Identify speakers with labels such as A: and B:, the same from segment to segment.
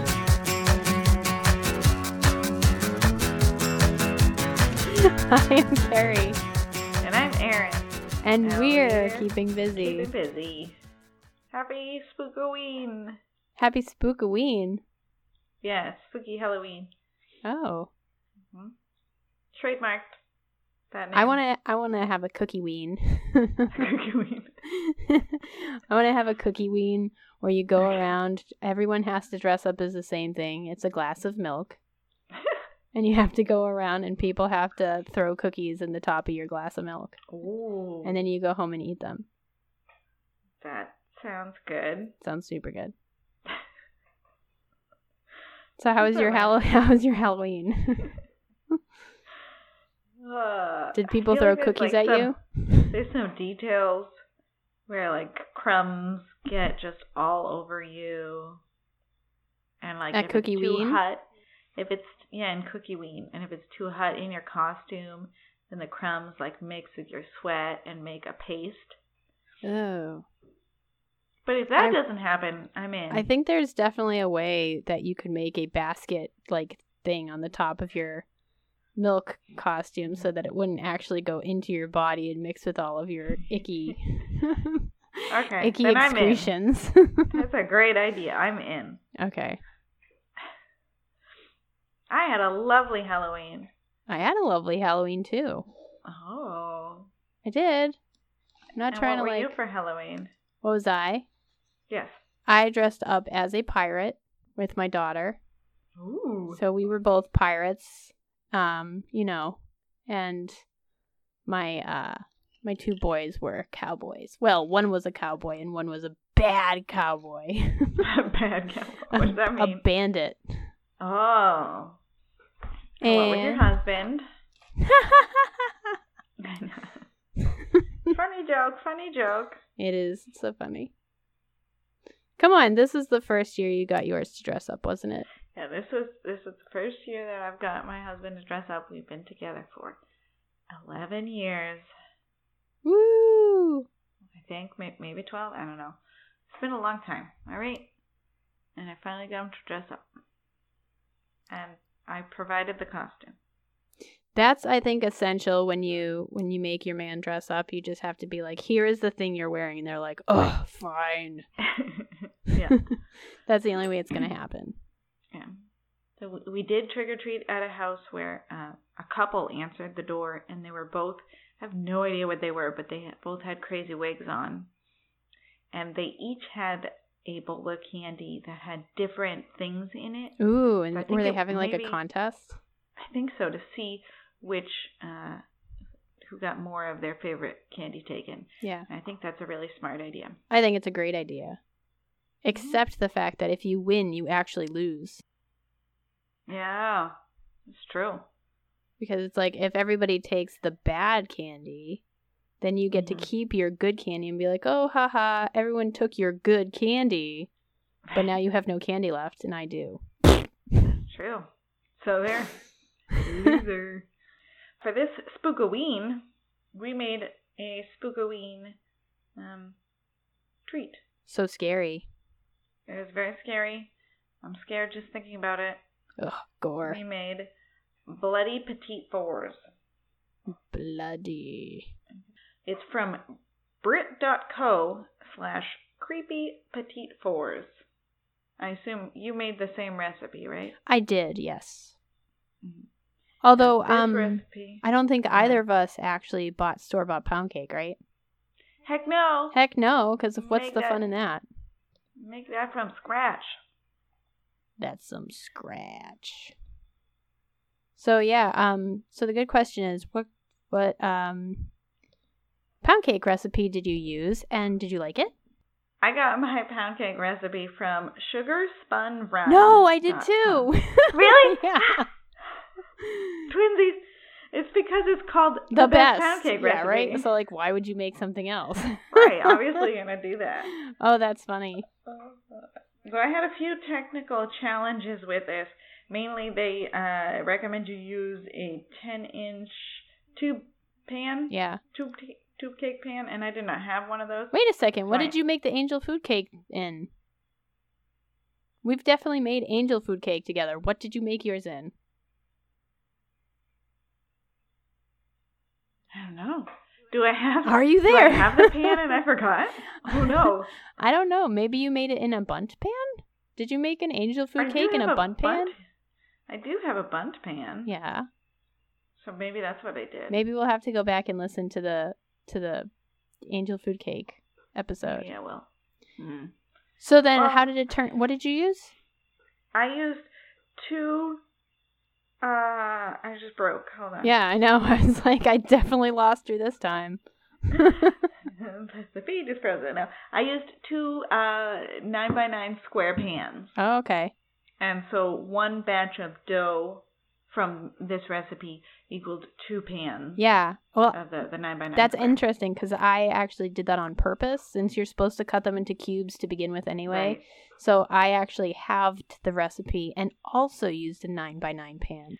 A: I'm Carrie,
B: And I'm Erin.
A: and
B: Oh,
A: we're
B: yeah.
A: keeping busy.
B: Keep it busy. Happy Spookoween.
A: Happy Spookoween!
B: Yeah, spooky Halloween.
A: Oh,
B: Trademarked that name.
A: I want to. I want to have a cookie ween.
B: Spookoween.
A: I want to have a cookie ween where you go around. Everyone has to dress up as the same thing. It's a glass of milk, and you have to go around, and people have to throw cookies in the top of your glass of milk,
B: Ooh.
A: and then you go home and eat them.
B: that sounds good.
A: Sounds super good. So how was
B: Super
A: your Hall- how was your Halloween?
B: Uh,
A: Did
B: I
A: people
B: feel
A: throw
B: like there's,
A: cookies
B: like,
A: at
B: some- There's some details where like crumbs get just all over you, and like
A: At
B: if
A: Cookie
B: it's too
A: Ween?
B: hot, if it's yeah, in Cookie Ween, and if it's too hot in your costume, then the crumbs like mix with your sweat and make a paste.
A: you? Oh.
B: But if that
A: I-
B: doesn't happen, I'm in.
A: I think there's definitely a way that you could make a basket like thing on the top of your milk costume so that it wouldn't actually go into your body and mix with all of your icky
B: Okay,
A: icky
B: then I'm in.
A: excretions.
B: That's a great idea. I'm in.
A: okay.
B: I had a lovely Halloween.
A: I had a lovely Halloween too.
B: Oh.
A: I did. I'm not
B: and
A: trying
B: what
A: to
B: were
A: like
B: you for Halloween?
A: what was I?
B: Yes.
A: I dressed up as a pirate with my daughter.
B: Ooh.
A: So we were both pirates, um, you know, and my uh my two boys were cowboys. Well, one was a cowboy and one was a bad cowboy.
B: Bad cowboy. What does that mean?
A: A bandit.
B: Oh. And what with your
A: And
B: husband? funny joke, funny joke.
A: it is so funny. Come on, this is the first year you got yours to dress up, wasn't it?
B: Yeah, this was this is the first year that I've got my husband to dress up. We've been together for eleven years,
A: Woo!
B: I think, may- maybe twelve. I don't know. It's been a long time. All right, and I finally got him to dress up, and I provided the costume.
A: That's I think essential when you when you make your man dress up, you just have to be like, here is the thing you're wearing and they're like, "Oh, fine."
B: yeah,
A: That's the only way it's going to happen.
B: yeah. So we- we did trick or treat at a house where uh, a couple answered the door, and they were both. I have no idea what they were, but they had- both had crazy wigs on, and they each had a bowl of candy that had different things in it.
A: Ooh, and
B: I think
A: were they
B: it
A: having like a
B: maybe-
A: contest?
B: I think so to see which uh, who got more of their favorite candy taken.
A: Yeah.
B: And I think that's a really smart idea.
A: I think it's a great idea.
B: Mm-hmm.
A: Except the fact that if you win, you actually lose.
B: Yeah, it's true.
A: Because it's like if everybody takes the bad candy, then you get
B: Mhm.
A: to keep your good candy and be like, oh, haha, everyone took your good candy, but now you have no candy left, and I do.
B: It's true. So there. Loser. For this Spookoween, we made a Spookoween um, treat.
A: so scary.
B: It was very scary. I'm scared just thinking about it.
A: Ugh, gore.
B: We made Bloody Petite Fours.
A: Bloody.
B: It's from Brit.co slash Creepy Petite Fours. I assume you made the same recipe, right?
A: I did, yes.
B: Mhm.
A: Mm-hmm. Although,
B: This
A: um.
B: recipe.
A: I don't think
B: Yeah.
A: either of us actually bought store bought pound cake, right?
B: Heck no!
A: Heck no, because what's
B: Make
A: the
B: that-
A: fun in that?
B: Make that from scratch.
A: That's some scratch. So yeah, um, so the good question is, what what um pound cake recipe did you use, and did you like it?
B: I got my pound cake recipe from Sugar Spun Round.
A: no, I did
B: dot com.
A: too.
B: Really?
A: yeah.
B: Twinsies. It's because it's called
A: The, best,
B: pound cake
A: yeah,
B: recipe.
A: right. So like, why would you make something else?
B: right, obviously you're gonna do that.
A: oh, that's funny.
B: So I had a few technical challenges with this. Mainly, they uh, recommend you use a 10-inch tube pan,
A: Yeah.
B: tube t- tube cake pan, and I did not have one of those.
A: Wait a second. What
B: Right.
A: did you make the angel food cake in? We've definitely made angel food cake together. What did you make yours in?
B: don't know. Do I have?
A: Are you
B: Do I
A: there?
B: have the pan and I forgot? Oh no!
A: I don't know. Maybe you made it in a bunt pan? Did you make an angel
B: I
A: food
B: do
A: cake in
B: have
A: a bunt pan?
B: I do have a bunt pan.
A: Yeah.
B: So maybe that's what I did.
A: Maybe we'll have to go back and listen to the to the angel food cake episode.
B: Maybe I will. Mm.
A: So then how
B: Well-
A: did it turn what did you use?
B: I used two. Uh, I just broke. Hold on.
A: Yeah, I know. I was like I definitely lost you this time.
B: the page is frozen now. I used two uh nine by nine square pans,
A: oh, okay.
B: and so one batch of dough from this recipe equaled two pans
A: Yeah. Well,
B: of the the nine by nine.
A: That's
B: square.
A: interesting because I actually did that on purpose since you're supposed to cut them into cubes to begin with anyway.
B: Right.
A: So I actually halved the recipe and also used a 9 by 9 pan.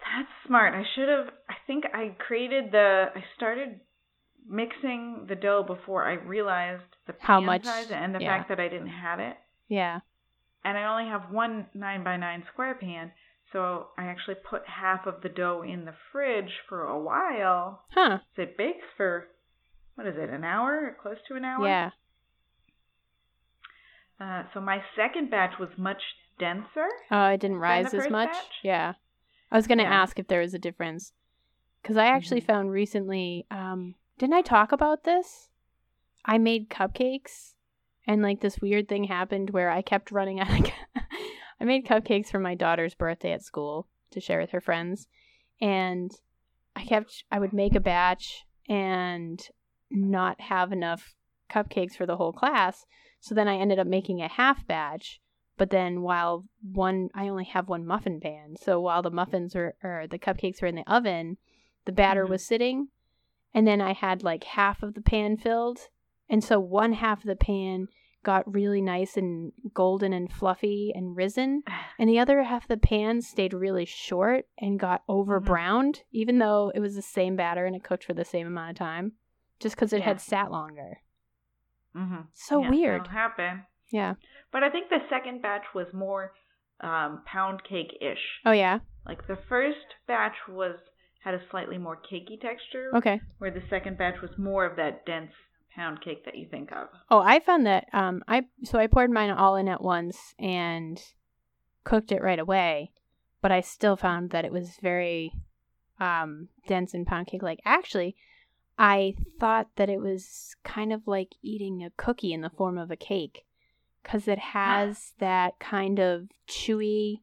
B: That's smart. I should have. I think I created the. I started mixing the dough before I realized the
A: How
B: pan
A: much-
B: size and the
A: yeah.
B: fact that I didn't have it.
A: Yeah.
B: And I only have one nine by nine square pan, so I actually put half of the dough in the fridge for a while.
A: Huh.
B: So it bakes for what is it? An hour? Or close to an hour?
A: Yeah.
B: Uh, so my second batch was much denser.
A: Oh, it didn't
B: Than the
A: rise as
B: first
A: much.
B: batch?
A: Yeah. I was going to
B: Yeah.
A: ask if there was a difference because I actually
B: Mhm.
A: found recently, um, didn't I talk about this? I made cupcakes and like this weird thing happened where I kept running out of. cu- I made cupcakes for my daughter's birthday at school to share with her friends. And I kept, I would make a batch and not have enough cupcakes for the whole class. So then I ended up making a half batch but then while one i only have one muffin pan so while the muffins were or the cupcakes were in the oven the batter
B: Mhm.
A: was sitting and then i had like half of the pan filled and so one half of the pan got really nice and golden and fluffy and risen and the other half of the pan stayed really short and got over
B: Mhm.
A: browned even though it was the same batter and it cooked for the same amount of time just because it
B: Yeah.
A: had sat longer
B: Mm-hmm.
A: so weird
B: That'll happen.
A: yeah
B: But I think the second batch was more um, pound cake ish.
A: oh yeah
B: Like the first batch was had a slightly more cakey texture,
A: okay
B: where the second batch was more of that dense pound cake that you think of.
A: Oh, I found that um I so I poured mine all in at once and cooked it right away, but I still found that it was very um dense and pound cake like. Actually, I thought that it was kind of like eating a cookie in the form of a cake cuz it has that kind of chewy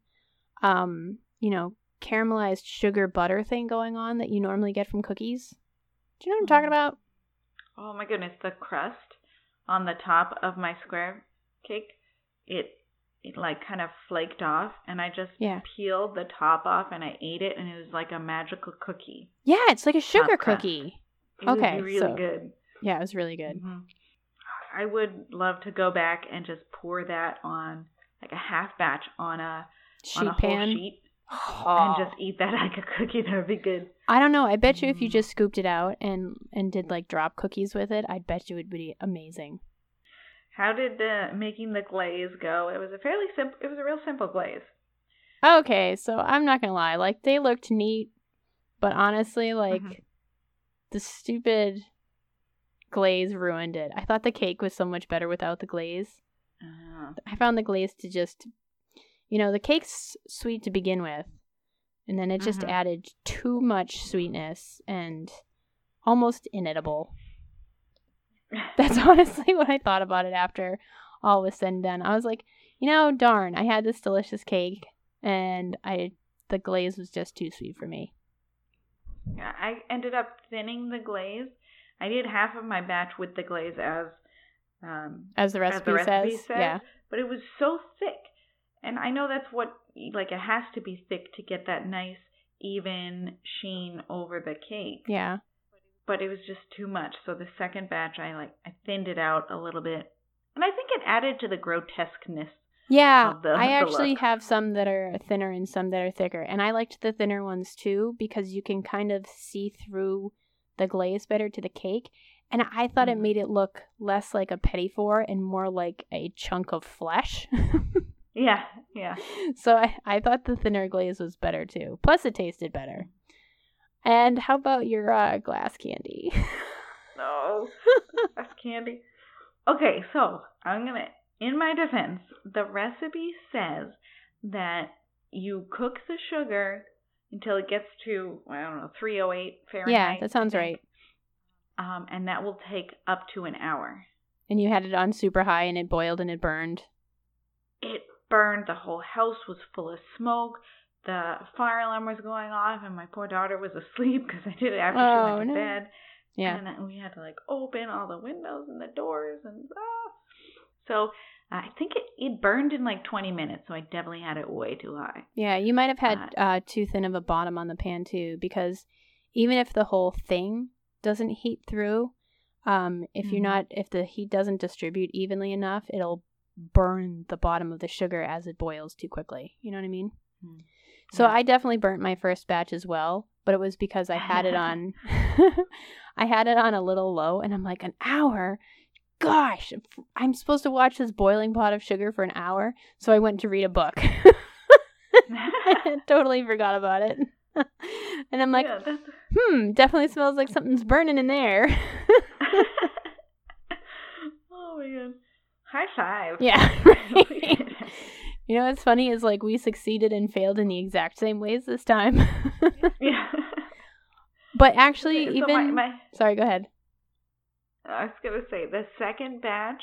A: um, you know, caramelized sugar butter thing going on that you normally get from cookies. Do you know what I'm talking
B: Mhm.
A: about?
B: Oh my goodness, the crust on the top of my square cake, it it like kind of flaked off, and I just
A: Yeah.
B: peeled the top off and I ate it, and it was like a magical cookie.
A: Yeah, it's like a sugar
B: crust.
A: cookie.
B: It was
A: Okay,
B: really
A: so-
B: good.
A: Yeah, it was really good.
B: Mhm. I would love to go back and just pour that on like a half batch on a on
A: sheet
B: a
A: pan
B: whole sheet
A: Oh.
B: and just eat that like a cookie. That would be good.
A: I don't know. I bet you if you
B: Mm.
A: just scooped it out and and did like drop cookies with it, I bet you it would be amazing.
B: How did the making the glaze go? It was a fairly simple. It was a real simple glaze.
A: Okay, so I'm not gonna lie. Like they looked neat, but honestly, like
B: Mhm.
A: the stupid glaze ruined it. I thought the cake was so much better without the glaze.
B: Uh,
A: I found the glaze to just, you know, the cake's sweet to begin with, and then it just
B: Mhm.
A: added too much sweetness and almost inedible. That's honestly what I thought about it after all was said and done. I was like, you know, darn, I had this delicious cake and I the glaze was just too sweet for me.
B: Yeah, I ended up thinning the glaze. I did half of my batch with the glaze as um
A: As the recipe,
B: as the recipe
A: says.
B: says,
A: Yeah.
B: but it was so thick. And I know that's what like it has to be thick to get that nice even sheen over the cake.
A: Yeah.
B: But it was just too much. So the second batch I like I thinned it out a little bit. And I think it added to the grotesqueness.
A: Yeah.
B: Of the-
A: I
B: the
A: actually
B: look.
A: have some that are thinner and some that are thicker. And I liked the thinner ones too because you can kind of see through the glaze better to the cake. And I thought it
B: Mhm.
A: made it look less like a petit four and more like a chunk of flesh.
B: Yeah, yeah.
A: so I, I thought the thinner glaze was better too. Plus, it tasted better. And how about your uh, glass candy?
B: No. That's candy. Okay, so I'm going to, in my defense, the recipe says that you cook the sugar until it gets to, I don't know, 308 Fahrenheit.
A: yeah, that sounds
B: I
A: right.
B: think. Um, and that will take up to an hour.
A: And you had it on super high and it boiled and it burned.
B: It burned. The whole house was full of smoke. The fire alarm was going off, and my poor daughter was asleep because I did it after she
A: Oh,
B: went
A: no.
B: to bed.
A: Yeah.
B: And then we had to like open all the windows and the doors and ah. So I think it, it burned in like 20 minutes, so I definitely had it way too high.
A: Yeah, you might have had uh, too thin of a bottom on the pan too, because even if the whole thing doesn't heat through, um, if
B: Mhm.
A: you're not, if the heat doesn't distribute evenly enough, it'll burn the bottom of the sugar as it boils too quickly. You know what I mean?
B: Mm.
A: So
B: Yeah.
A: I definitely burnt my first batch as well, but it was because I had it on, I had it on a little low, and I'm like an hour. Gosh, I'm supposed to watch this boiling pot of sugar for an hour, so I went to read a book. I totally forgot about it. and I'm like,
B: Yeah, that's-
A: hmm, definitely smells like something's burning in there.
B: oh my god. High five.
A: yeah. right. you know what's funny is like we succeeded and failed in the exact same ways this time.
B: yeah.
A: but actually,
B: So
A: even
B: my, my,
A: sorry, go ahead.
B: I was gonna say the second batch.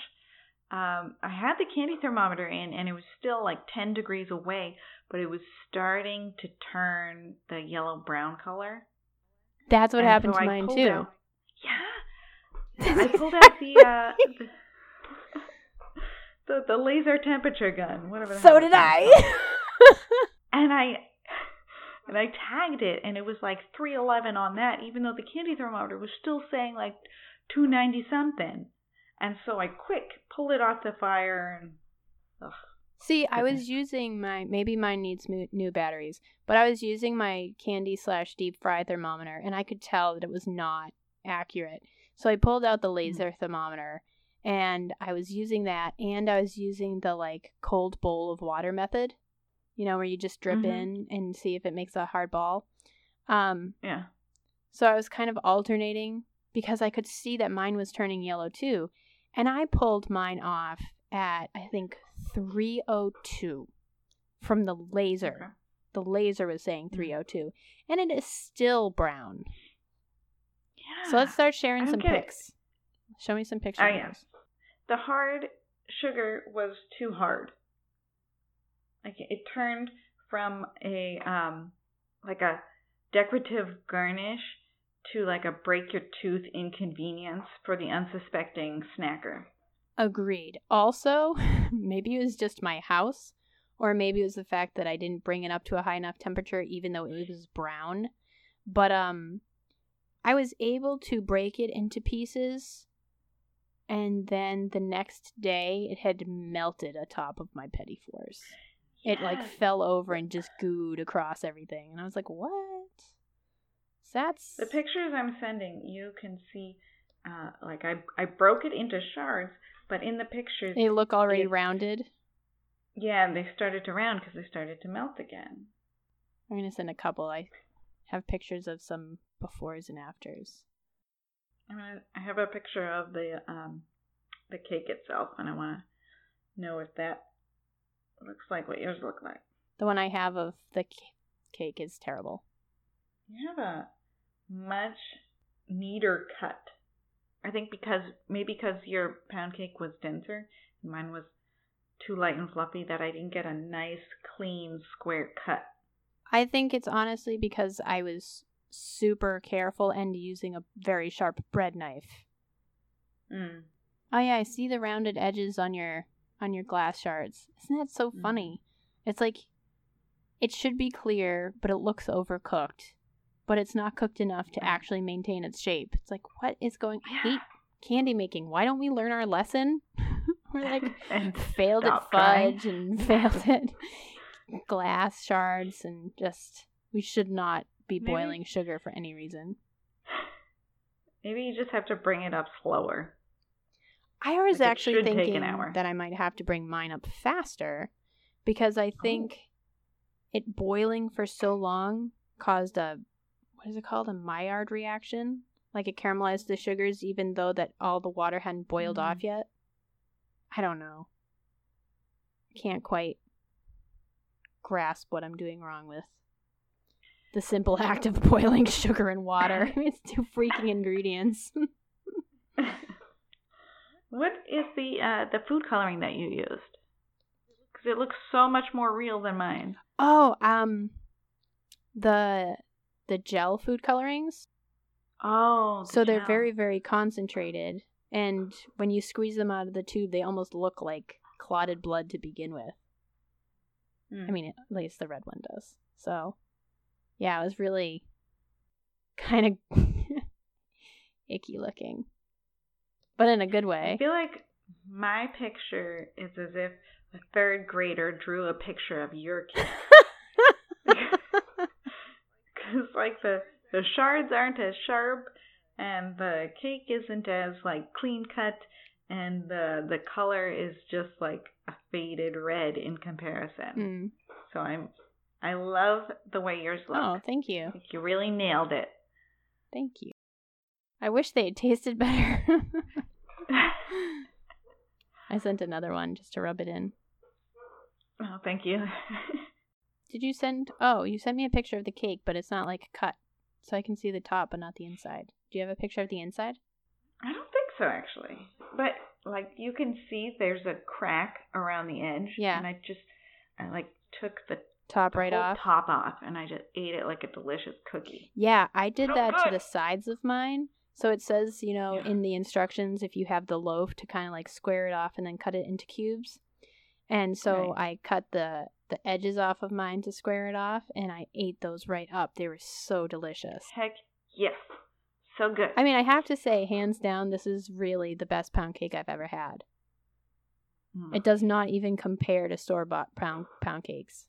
B: Um, I had the candy thermometer in, and it was still like ten degrees away, but it was starting to turn the yellow brown color.
A: That's what
B: And
A: happened
B: so
A: to
B: I
A: mine
B: pulled
A: too.
B: out- yeah, I pulled out the uh, the, the the laser temperature gun. Whatever. the hell
A: so
B: it's
A: did
B: called.
A: I.
B: And I and I tagged it, and it was like three eleven on that, even though the candy thermometer was still saying like two ninety something. And so I quick pulled it off the fire and
A: See, I
B: Goodness.
A: was using my maybe mine needs mo- new batteries, but I was using my candy slash deep fry thermometer, and I could tell that it was not accurate. So I pulled out the laser thermometer, and I was using that, and I was using the like cold bowl of water method, you know, where you just drip
B: Mhm.
A: in and see if it makes a hard ball. Um,
B: yeah.
A: so I was kind of alternating because I could see that mine was turning yellow too. And I pulled mine off at, I think, 302 from the laser. The laser was saying
B: Mm.
A: 302. And it is still brown.
B: Yeah.
A: So let's start
B: I
A: sharing
B: don't
A: some
B: get it.
A: pics. Show me some pictures.
B: Oh yeah. The hard sugar was too hard. Like it turned from a um like a decorative garnish to like a break your tooth inconvenience for the unsuspecting snacker.
A: Agreed. Also, maybe it was just my house, or maybe it was the fact that I didn't bring it up to a high enough temperature, even though it was brown. But um, I was able to break it into pieces, and then the next day it had melted atop of my pettifores. It like
B: Yes.
A: fell over and just gooed across everything, and I was like, "What? That's
B: The pictures I'm sending, you can see, uh, like I I broke it into shards, but in the pictures,
A: they look already
B: It-
A: rounded."
B: yeah, and they started to round because they started to melt again.
A: I'm gonna send a couple. I have pictures of some befores and afters.
B: I'm gonna, I have a picture of the um the cake itself, and I want to know if that looks like what yours look like.
A: The one I have of the c- cake is terrible.
B: You have a much neater cut. I think because maybe because your pound cake was denser, and mine was too light and fluffy that I didn't get a nice clean square cut.
A: I think it's honestly because I was super careful and using a very sharp bread knife.
B: Mm.
A: Oh yeah, I see the rounded edges on your on your glass shards. Isn't that so
B: Mhm.
A: funny? It's like it should be clear, but it looks overcooked. But it's not cooked enough to actually maintain its shape. It's like what is going I hate candy making. Why don't we learn our lesson? We're like
B: and
A: failed at
B: stop trying.
A: fudge and failed at glass shards and just we should not be
B: Maybe-
A: boiling sugar for any reason.
B: Maybe you just have to bring it up slower.
A: I was
B: Like, it
A: actually
B: should take an
A: thinking
B: hour.
A: that I might have to bring mine up faster
B: Oh.
A: because I think it boiling for so long caused a what is it called? A Maillard reaction? Like it caramelized the sugars even though that all the water hadn't boiled
B: Mm.
A: off yet? I don't know. Can't quite grasp what I'm doing wrong with the simple act of boiling sugar and water. I mean, it's two freaking ingredients.
B: what is the uh, the food coloring that you used? Because it looks so much more real than mine.
A: Oh, um the the gel food colorings.
B: Oh, the
A: So they're
B: gel.
A: very very concentrated and when you squeeze them out of the tube they almost look like clotted blood to begin with.
B: Mm.
A: I mean, at least the red one does. So, yeah, it was really kind of icky looking, but in a good
B: I
A: way.
B: feel like my picture is as if a third grader drew a picture of your kid. Because, like, the, the shards aren't as sharp, and the cake isn't as, like, clean cut, and the, the color is just, like, a faded red in comparison.
A: Mm.
B: So I'm, I love the way yours look.
A: Oh, thank you.
B: Like, you really nailed it.
A: Thank you. I wish they had tasted better. I sent another one just to rub it in.
B: oh, thank you.
A: Did you send? Oh, you sent me a picture of the cake, but it's not like cut, so I can see the top but not the inside. Do you have a picture of the inside?
B: I don't think so, actually. But like you can see, there's a crack around the edge.
A: Yeah.
B: And I just, I like took the
A: Top
B: the
A: right
B: whole
A: off.
B: top off, and I just ate it like a delicious cookie.
A: Yeah, I did
B: So
A: that to
B: Oh, good.
A: the sides of mine. So it says, you know,
B: Yeah.
A: in the instructions if you have the loaf to kind of like square it off and then cut it into cubes. And so I cut the the edges off of mine to square it off and I ate those right up. They were so delicious.
B: Heck yes, so good.
A: I mean, I have to say hands down this is really the best pound cake I've ever had.
B: Mm.
A: It does not even compare to store-bought pound pound cakes.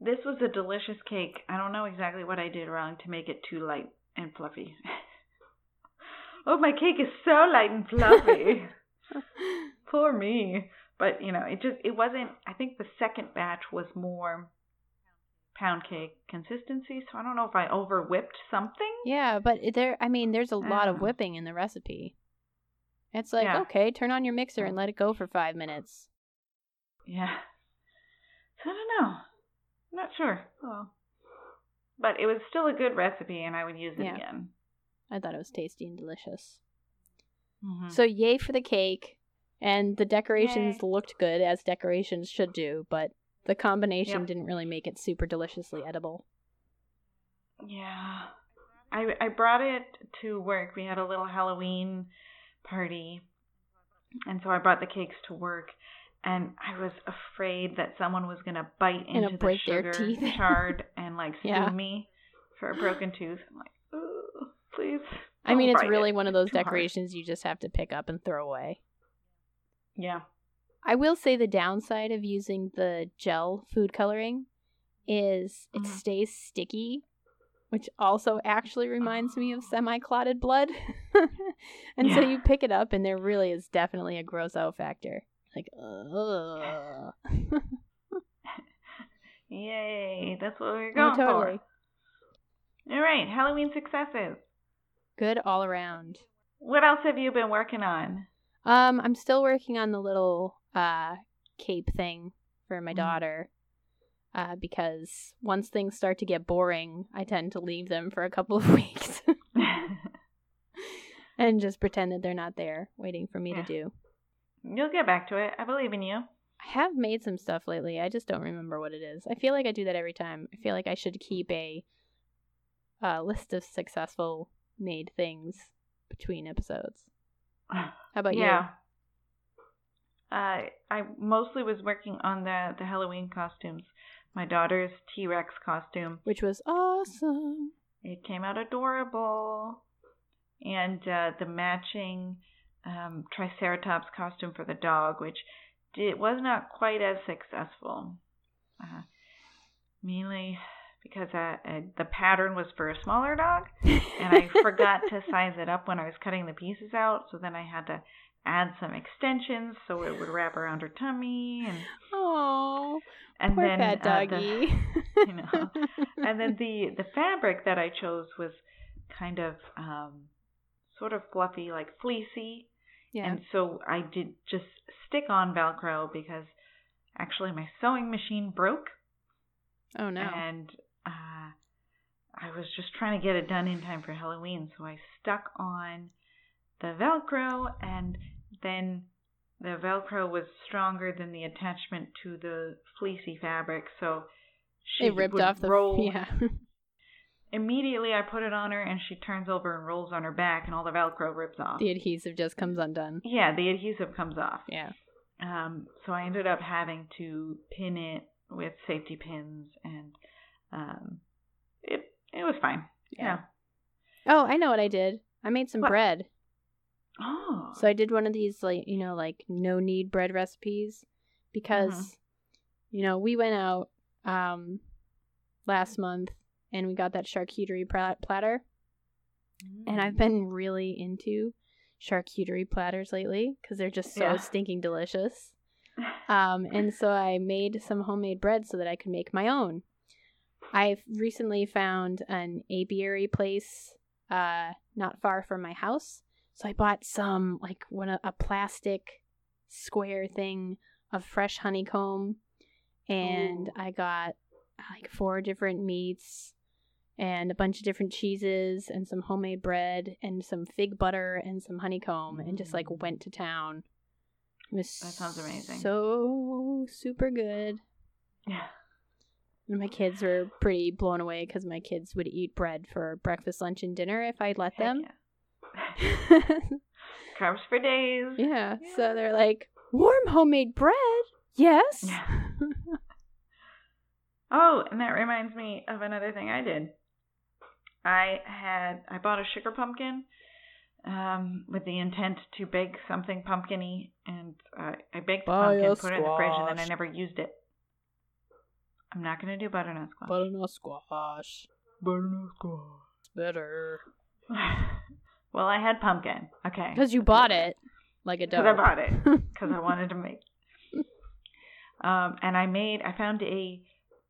B: this was a delicious cake. I don't know exactly what I did wrong to make it too light and fluffy. oh, my cake is so light and fluffy. Poor me. But you know, it just it wasn't. I think the second batch was more pound cake consistency. So I don't know if I over whipped something.
A: Yeah, but it- there, I mean, there's a lot of
B: Ah.
A: whipping in the recipe. It's like,
B: Yeah. Mm.
A: okay, turn on your mixer and let it go for five minutes.
B: Yeah. So I don't know. I'm not sure. Oh. But it was still a good recipe, and I would use it
A: Yeah.
B: again.
A: I thought it was tasty and delicious.
B: Mhm.
A: So, yay for the cake. And the decorations
B: Yay.
A: looked good, as decorations should do, but the combination
B: Yep.
A: didn't really make it super deliciously edible.
B: Yeah. I I brought it to work. We had a little Halloween party. And so I brought the cakes to work and I was afraid that someone was going to bite
A: And
B: into
A: break
B: the
A: their
B: sugar
A: teeth.
B: shard and like sue
A: Yeah.
B: me for a broken tooth. I'm like, "Ooh, please.
A: I mean,
B: don't
A: it's
B: bite
A: really
B: Oh, it.
A: one of those
B: It's too hard."
A: decorations you just have to pick up and throw away.
B: Yeah.
A: I will say the downside of using the gel food coloring is it
B: Mhm.
A: stays sticky, which also actually reminds me of semi clotted blood. and so
B: Yeah.
A: you pick it up, and there really is definitely a gross out factor. Like, ugh.
B: Yay. That's what we were
A: No,
B: going
A: totally.
B: for. All right, Halloween successes.
A: Good all around.
B: What else have you been working on?
A: Um, I'm still working on the little uh cape thing for my
B: Mhm.
A: daughter. Uh, because once things start to get boring, I tend to leave them for a couple of weeks. and just pretend that they're not there waiting for me to
B: Yeah.
A: do.
B: You'll get back to it. I believe in you.
A: I have made some stuff lately. I just don't remember what it is. I feel like I do that every time. I feel like I should keep a uh, list of successful made things between episodes. How about
B: yeah. Uh, I mostly was working on the the Halloween costumes. My daughter's T Rex costume.
A: you? Which was awesome.
B: It came out adorable, and uh, the matching um, Triceratops costume for the dog, which it was not quite as successful, uh, mainly because uh uh the pattern was for a smaller dog, and I forgot to size it up when I was cutting the pieces out. So then I had to add some extensions so it would wrap around her tummy, and
A: Oh,
B: and
A: poor
B: then
A: fat
B: uh, the-
A: doggy.
B: you know. and then the the fabric that I chose was kind of um, sort of fluffy, like fleecy.
A: Yeah.
B: And so I did just stick on Velcro because actually my sewing machine broke
A: oh no.
B: and uh, I was just trying to get it done in time for Halloween, so I stuck on the Velcro, and then the Velcro was stronger than the attachment to the fleecy fabric, so she
A: it ripped
B: would
A: off the
B: roll.
A: yeah.
B: Immediately, I put it on her, and she turns over and rolls on her back, and all the Velcro rips off.
A: the adhesive just comes undone.
B: yeah, the adhesive comes off.
A: Yeah.
B: Um, so I ended up having to pin it with safety pins, and um, it it was fine. Yeah.
A: Oh, I know what I did. I made some
B: What?
A: bread.
B: Oh.
A: So I did one of these like you know like no need bread recipes because you know we went out um last month and we got that charcuterie plat- platter and
B: Mm.
A: I've been really into charcuterie platters lately because they're just so
B: Yeah.
A: stinking delicious. Um, and so I made some homemade bread so that I could make my own. I've recently found an apiary place uh, not far from my house. So I bought some, like, one a plastic square thing of fresh honeycomb. And
B: Ooh.
A: I got like four different meats and a bunch of different cheeses and some homemade bread and some fig butter and some honeycomb and just like
B: Mm.
A: went to town. It was
B: That sounds amazing.
A: So super good.
B: Yeah.
A: And my kids were pretty blown away because my kids would eat bread for breakfast, lunch, and dinner if I let
B: Heck
A: them.
B: yeah. Carbs for days.
A: yeah.
B: Yeah.
A: So they're like, warm homemade bread? Yes.
B: Yeah. Oh, and that reminds me of another thing I did. I had I bought a sugar pumpkin um, with the intent to bake something pumpkiny, and uh, I baked the
A: Buy
B: pumpkin,
A: a
B: put it in the fridge, and then I
A: squash.
B: never used it. I'm not gonna do butternut squash.
A: Butternut squash.
B: butternut squash.
A: It's better.
B: well, I had pumpkin. Okay.
A: Because you bought it like a dog.
B: Because I bought it. because I wanted to make. Um, and I made, I found a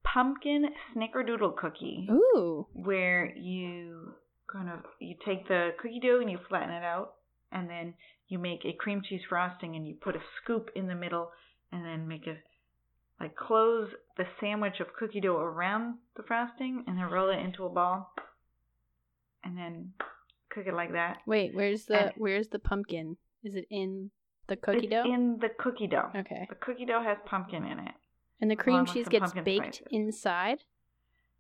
B: pumpkin snickerdoodle cookie
A: Ooh.
B: where you kind of you take the cookie dough and you flatten it out, and then you make a cream cheese frosting and you put a scoop in the middle, and then make a like close the sandwich of cookie dough around the frosting and then roll it into a ball, and then cook it like that.
A: Wait, where's the
B: And-
A: where's the pumpkin? Is it in the cookie
B: It's
A: dough?
B: in the cookie dough.
A: okay.
B: The cookie dough has pumpkin in it.
A: And the cream
B: along with
A: cheese
B: some
A: gets
B: pumpkin
A: baked
B: spices.
A: inside.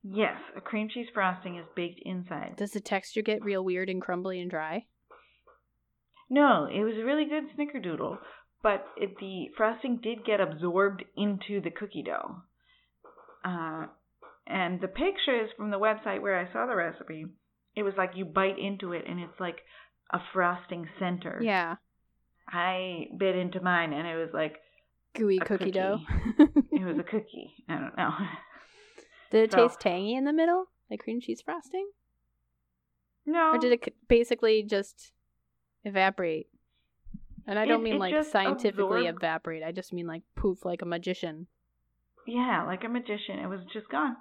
B: Yes, a cream cheese frosting is baked inside.
A: Does the texture get real weird and crumbly and dry?
B: No, it was a really good snickerdoodle, but it, the frosting did get absorbed into the cookie dough. Uh, and the pictures from the website where I saw the recipe, it was like you bite into it and it's like a frosting center.
A: Yeah.
B: I bit into mine and it was like
A: Gooey
B: A
A: cookie, dough.
B: it was a cookie. I don't know.
A: did it
B: So-
A: taste tangy in the middle? Like cream cheese frosting?
B: no.
A: Or did it c- basically just evaporate? And I don't
B: It-
A: mean
B: it
A: like
B: just
A: scientifically
B: absorbed-
A: evaporate. I just mean like poof like a magician.
B: Yeah, like a magician. It was just gone.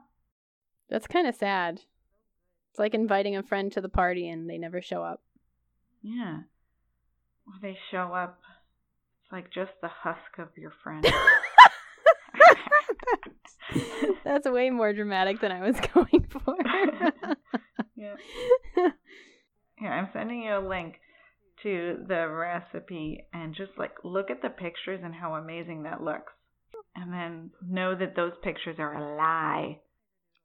A: That's kind of sad. It's like inviting a friend to the party and they never show up.
B: Yeah. When they show up, it's like just the husk of your friend.
A: That's way more dramatic than I was going for.
B: yeah. Here, I'm sending you a link to the recipe and just like look at the pictures and how amazing that looks. And then know that those pictures are a lie.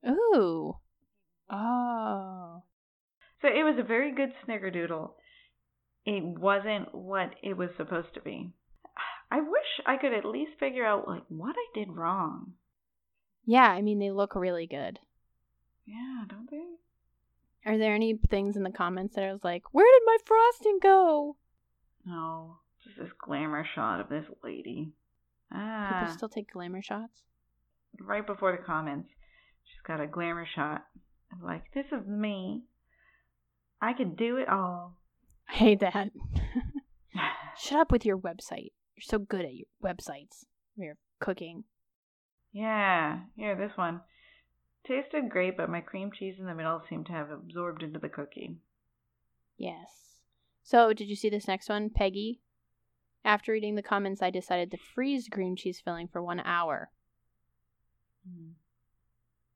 A: Ooh. Oh.
B: So it was a very good snickerdoodle. It wasn't what it was supposed to be. I wish I could at least figure out like what I did wrong.
A: Yeah, I mean they look really good.
B: Yeah, don't they?
A: Are there any things in the comments that I was like, "Where did my frosting go?"
B: No, Oh, just this glamour shot of this lady. Ah,
A: People still take glamour shots.
B: right before the comments, she's got a glamour shot. I'm like, this is me. I can do it all.
A: I hate that. Shut up with your website. You're so good at your websites. Your cooking.
B: yeah, here, this one. Tasted great, but my cream cheese in the middle seemed to have absorbed into the cookie.
A: Yes. So, did you see this next one, Peggy? After reading the comments, I decided to freeze cream cheese filling for one hour.
B: Mm,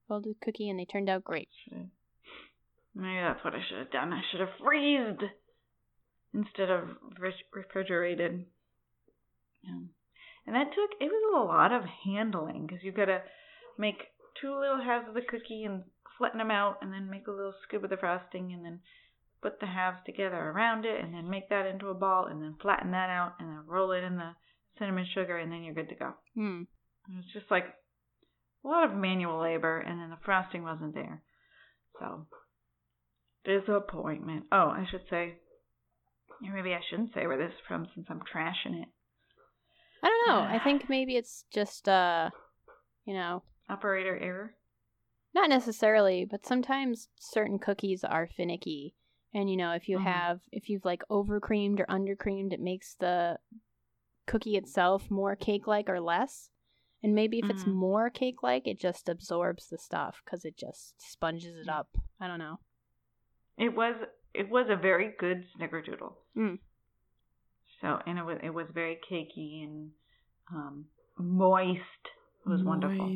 A: Rolled a cookie and they turned out great.
B: should've- Maybe that's what I should have done. I should have freezed instead of re- refrigerated. Yeah. And that took, it was a lot of handling because you got to make two little halves of the cookie and flatten them out and then make a little scoop of the frosting and then put the halves together around it and then make that into a ball and then flatten that out and then roll it in the cinnamon sugar and then you're good to go.
A: Hmm.
B: It was just like a lot of manual labor, and then the frosting wasn't there. So, disappointment. Oh, I should say, or maybe I shouldn't say where this is from since I'm trashing it.
A: I don't know. I think maybe it's just, uh, you know,
B: Operator error.
A: Not necessarily, but sometimes certain cookies are finicky. And you know, if you
B: Mhm.
A: have if you've like over creamed or under creamed, it makes the cookie itself more cake like or less. And maybe if it's
B: Mhm.
A: more cake like, it just absorbs the stuff because it just sponges it
B: Yeah.
A: up. I don't know.
B: It was it was a very good snickerdoodle.
A: Mm.
B: So, and it was it was very cakey and um, moist. It was wonderful.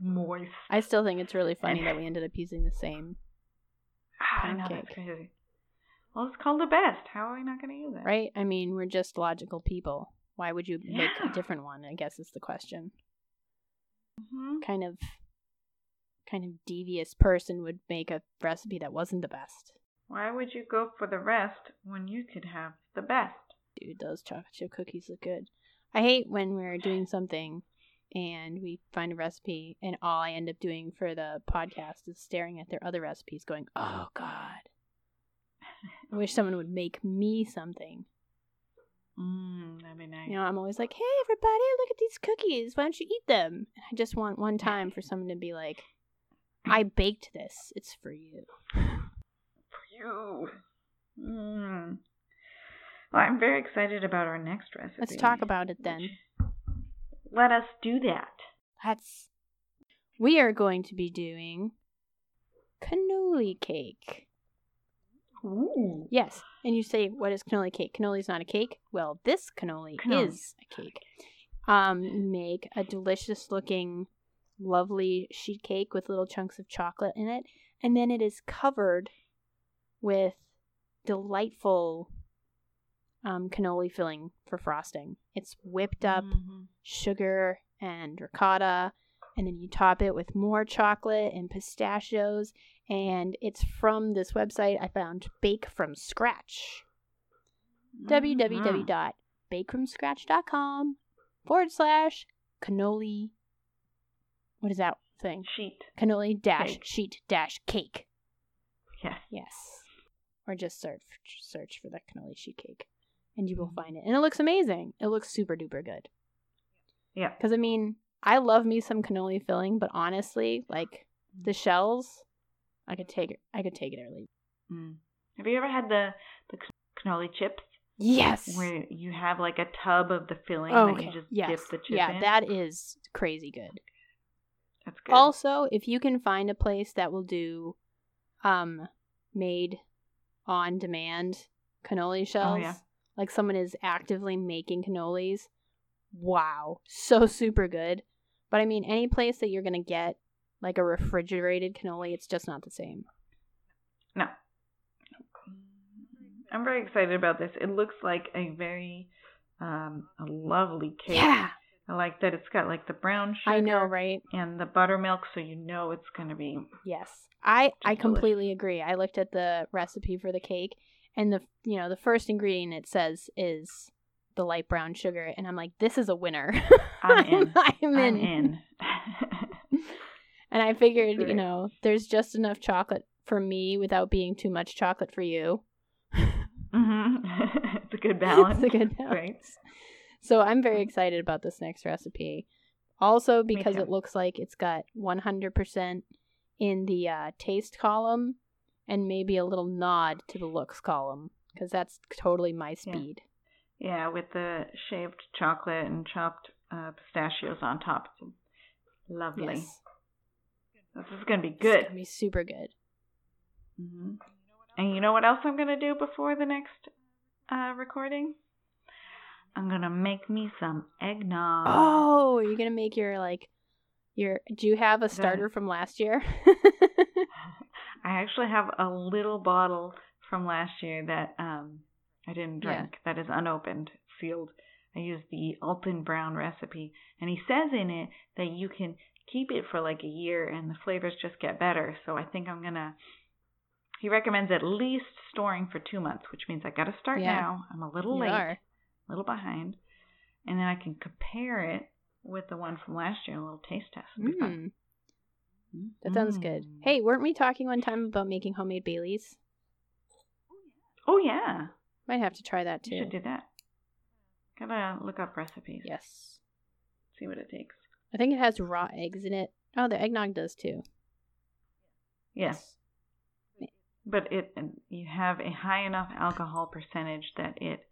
B: Moist.
A: I still think it's really funny
B: And-
A: that we ended up using the same,
B: Ah, I know that's
A: pancake.
B: crazy. Well, it's called the best. How are we not going to use it?
A: right? I mean, we're just logical people. Why would you make
B: Yeah.
A: a different one? I guess is the question.
B: hmm
A: kind of kind of devious person would make a recipe that wasn't the best.
B: Why would you go for the rest when you could have the best?
A: Dude, those chocolate chip cookies look good. I hate when we're doing something and we find a recipe and all I end up doing for the podcast is staring at their other recipes going, "Oh god. I wish someone would make me something."
B: Mm, that'd be nice.
A: You know, I'm always like, "Hey everybody, look at these cookies. Why don't you eat them?" I just want one time for someone to be like, "I baked this. It's for you."
B: Phew. Mm. Well, I'm very excited about our next recipe.
A: Let's talk about it then.
B: Let us do that.
A: That's. We are going to be doing cannoli cake.
B: Ooh.
A: Yes, and you say, what is cannoli cake? Cannoli is not a cake. Well, this cannoli,
B: Cannoli.
A: is a cake. Um, you make a delicious looking, lovely sheet cake with little chunks of chocolate in it, and then it is covered with delightful um, cannoli filling for frosting. It's whipped up
B: Mhm.
A: sugar and ricotta and then you top it with more chocolate and pistachios and it's from this website i found bake from scratch
B: Mhm.
A: www.bakefromscratch.com forward slash cannoli what is that thing
B: Sheet.
A: cannoli dash
B: Cake.
A: sheet dash cake
B: Yes.
A: yes or just search search for the cannoli sheet cake and you will
B: Mm-hmm.
A: find it and it looks amazing it looks super duper good
B: Yeah.
A: Because I mean, I love me some cannoli filling, but honestly, like the shells, I could take it. I could take it or leave.
B: Mm. Have you ever had the the cannoli chips
A: Yes.
B: where you have like a tub of the filling
A: Oh,
B: that
A: okay.
B: you just
A: yes.
B: dip the chip
A: yeah,
B: in?
A: that is crazy good.
B: That's good.
A: Also, if you can find a place that will do, um, made on demand cannoli shells,
B: Oh, yeah.
A: like someone is actively making cannolis, wow, so super good. But I mean, any place that you're gonna get like a refrigerated cannoli, it's just not the same.
B: No. Mm, I'm very excited about this. It looks like a very um a lovely cake.
A: Yeah.
B: I like that it's got like the brown sugar
A: I know, right?
B: and the buttermilk so you know it's going to be
A: Yes. I I
B: Delicious.
A: completely agree. I looked at the recipe for the cake and the you know, the first ingredient it says is the light brown sugar and I'm like this is a winner.
B: I'm in.
A: I'm
B: I'm
A: in.
B: in.
A: And I figured, you
B: Great.
A: know, there's just enough chocolate for me without being too much chocolate for you.
B: Mhm. it's a good balance.
A: it's a good balance.
B: Right?
A: So I'm very excited about this next recipe. Also because
B: too.
A: it looks like it's got 100% in the uh, taste column and maybe a little nod to the looks column because that's totally my speed.
B: Yeah, with the shaved chocolate and chopped uh, pistachios on top. It's lovely.
A: Yes.
B: This is gonna be
A: It's
B: good.
A: gonna be super good. Mm-hmm.
B: hmm And you know what else I'm gonna do before the next uh, recording? I'm gonna make me some eggnog.
A: Oh, are you gonna make your like your? Do you have a starter from last year?
B: I actually have a little bottle from last year that um I didn't
A: Yeah.
B: drink that is unopened, sealed. I used the Alton Brown recipe, and he says in it that you can keep it for like a year and the flavors just get better. So I think I'm gonna. He recommends at least storing for two months, which means I got to start
A: Yeah.
B: now. I'm a little
A: You
B: late,
A: are.
B: a little behind, and then I can compare it with the one from last year, a little taste test. It'll be
A: Mm,
B: fun.
A: Hmm. that sounds good.
B: Mm.
A: Hey, weren't we talking one time about making homemade Baileys?
B: Oh yeah.
A: Might have to try that
B: You
A: too.
B: should do that. Gotta look up recipes.
A: Yes,
B: See what it takes.
A: I think it has raw eggs in it. Oh, the eggnog does too.
B: Yes. But it you have a high enough alcohol percentage that it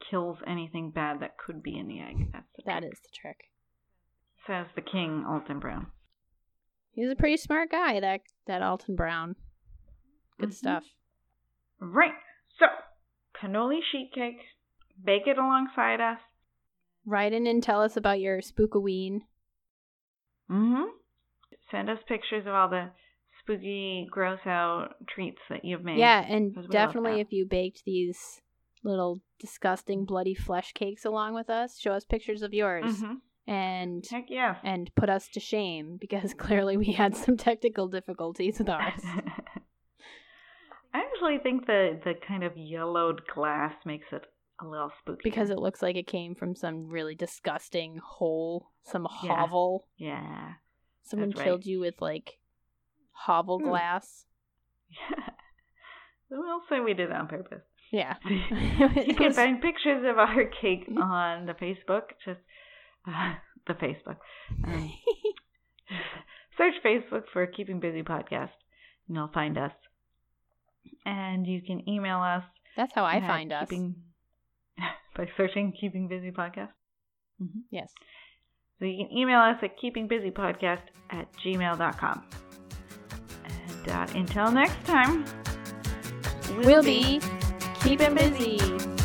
B: kills anything bad that could be in the egg. That's the
A: that
B: trick.
A: is the trick.
B: Says the king, Alton Brown.
A: He's a pretty smart guy. That that Alton Brown. Good
B: Mhm.
A: stuff.
B: Right. So cannoli sheet cake. Bake it alongside us.
A: Write in and tell us about your spookaween.
B: Mm-hmm. Send us pictures of all the spooky, gross out treats that you've made.
A: Yeah, and
B: 'cause we love
A: definitely
B: that.
A: if you baked these little disgusting bloody flesh cakes along with us, show us pictures of yours
B: Mm-hmm.
A: and
B: Heck yes.
A: and put us to shame because clearly we had some technical difficulties with ours.
B: I actually think the the kind of yellowed glass makes it a little spooky.
A: because it looks like it came from some really disgusting hole, some
B: Yeah.
A: hovel.
B: yeah.
A: Someone
B: That's right.
A: killed you with like hovel
B: Hmm.
A: glass.
B: We'll say we did that on purpose.
A: Yeah.
B: you
A: It
B: can
A: was-
B: find pictures of our cake on the Facebook. Just uh, the Facebook. Um, search Facebook for Keeping Busy Podcast, and you'll find us. And you can email us
A: That's how I
B: at
A: find us.
B: keeping, by searching Keeping Busy Podcast. Mm-hmm.
A: Yes.
B: So you can email us at keepingbusypodcast at gmail.com. And uh, until next time,
A: We'll be keeping busy.